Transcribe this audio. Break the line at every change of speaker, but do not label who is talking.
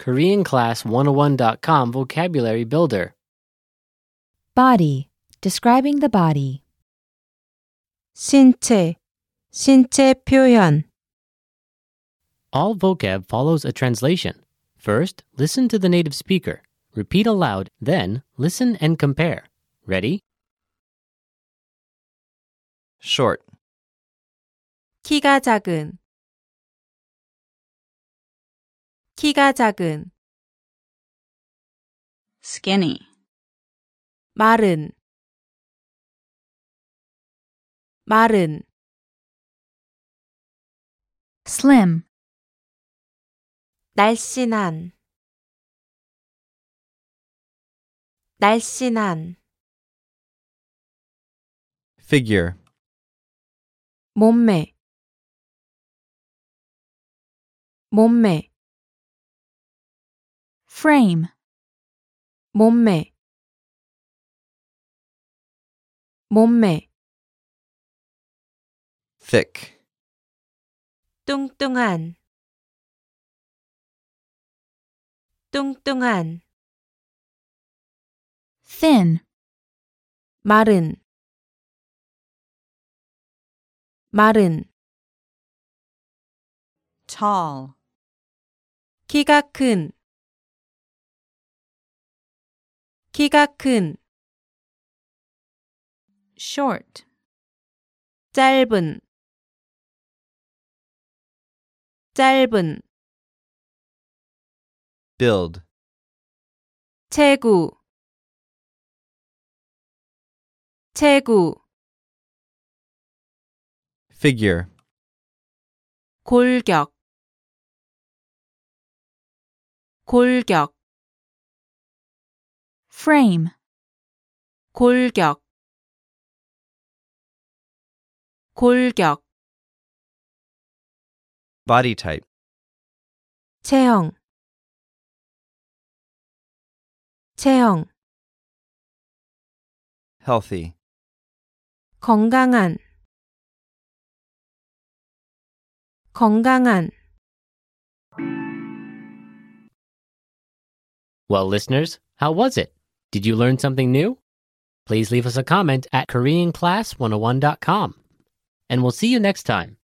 KoreanClass101.com Vocabulary Builder.
Body. Describing the body.
신체, 신체 표현,
All vocab follows a translation. First, listen to the native speaker. Repeat aloud, then, listen and compare. Ready?
short,
키가 작은, 키가 작은,
skinny,
마른, 마른,
Slim.
날씬한, 날씬한,
figure,
몸매, 몸매,
Frame.
몸매, 몸매.
thick,
뚱뚱한 뚱뚱한
Thin.
마른 마른
tall,
키가 큰 키가 큰
short,
짧은 짧은
build,
체구 체구
figure,
골격 골격
Frame.
골격 골격
body type,
체형 체형
healthy,
건강한 건강한
Well, listeners, how was it? Did you learn something new? oh Please leave us a comment at KoreanClass101.com. And we'll see you next time.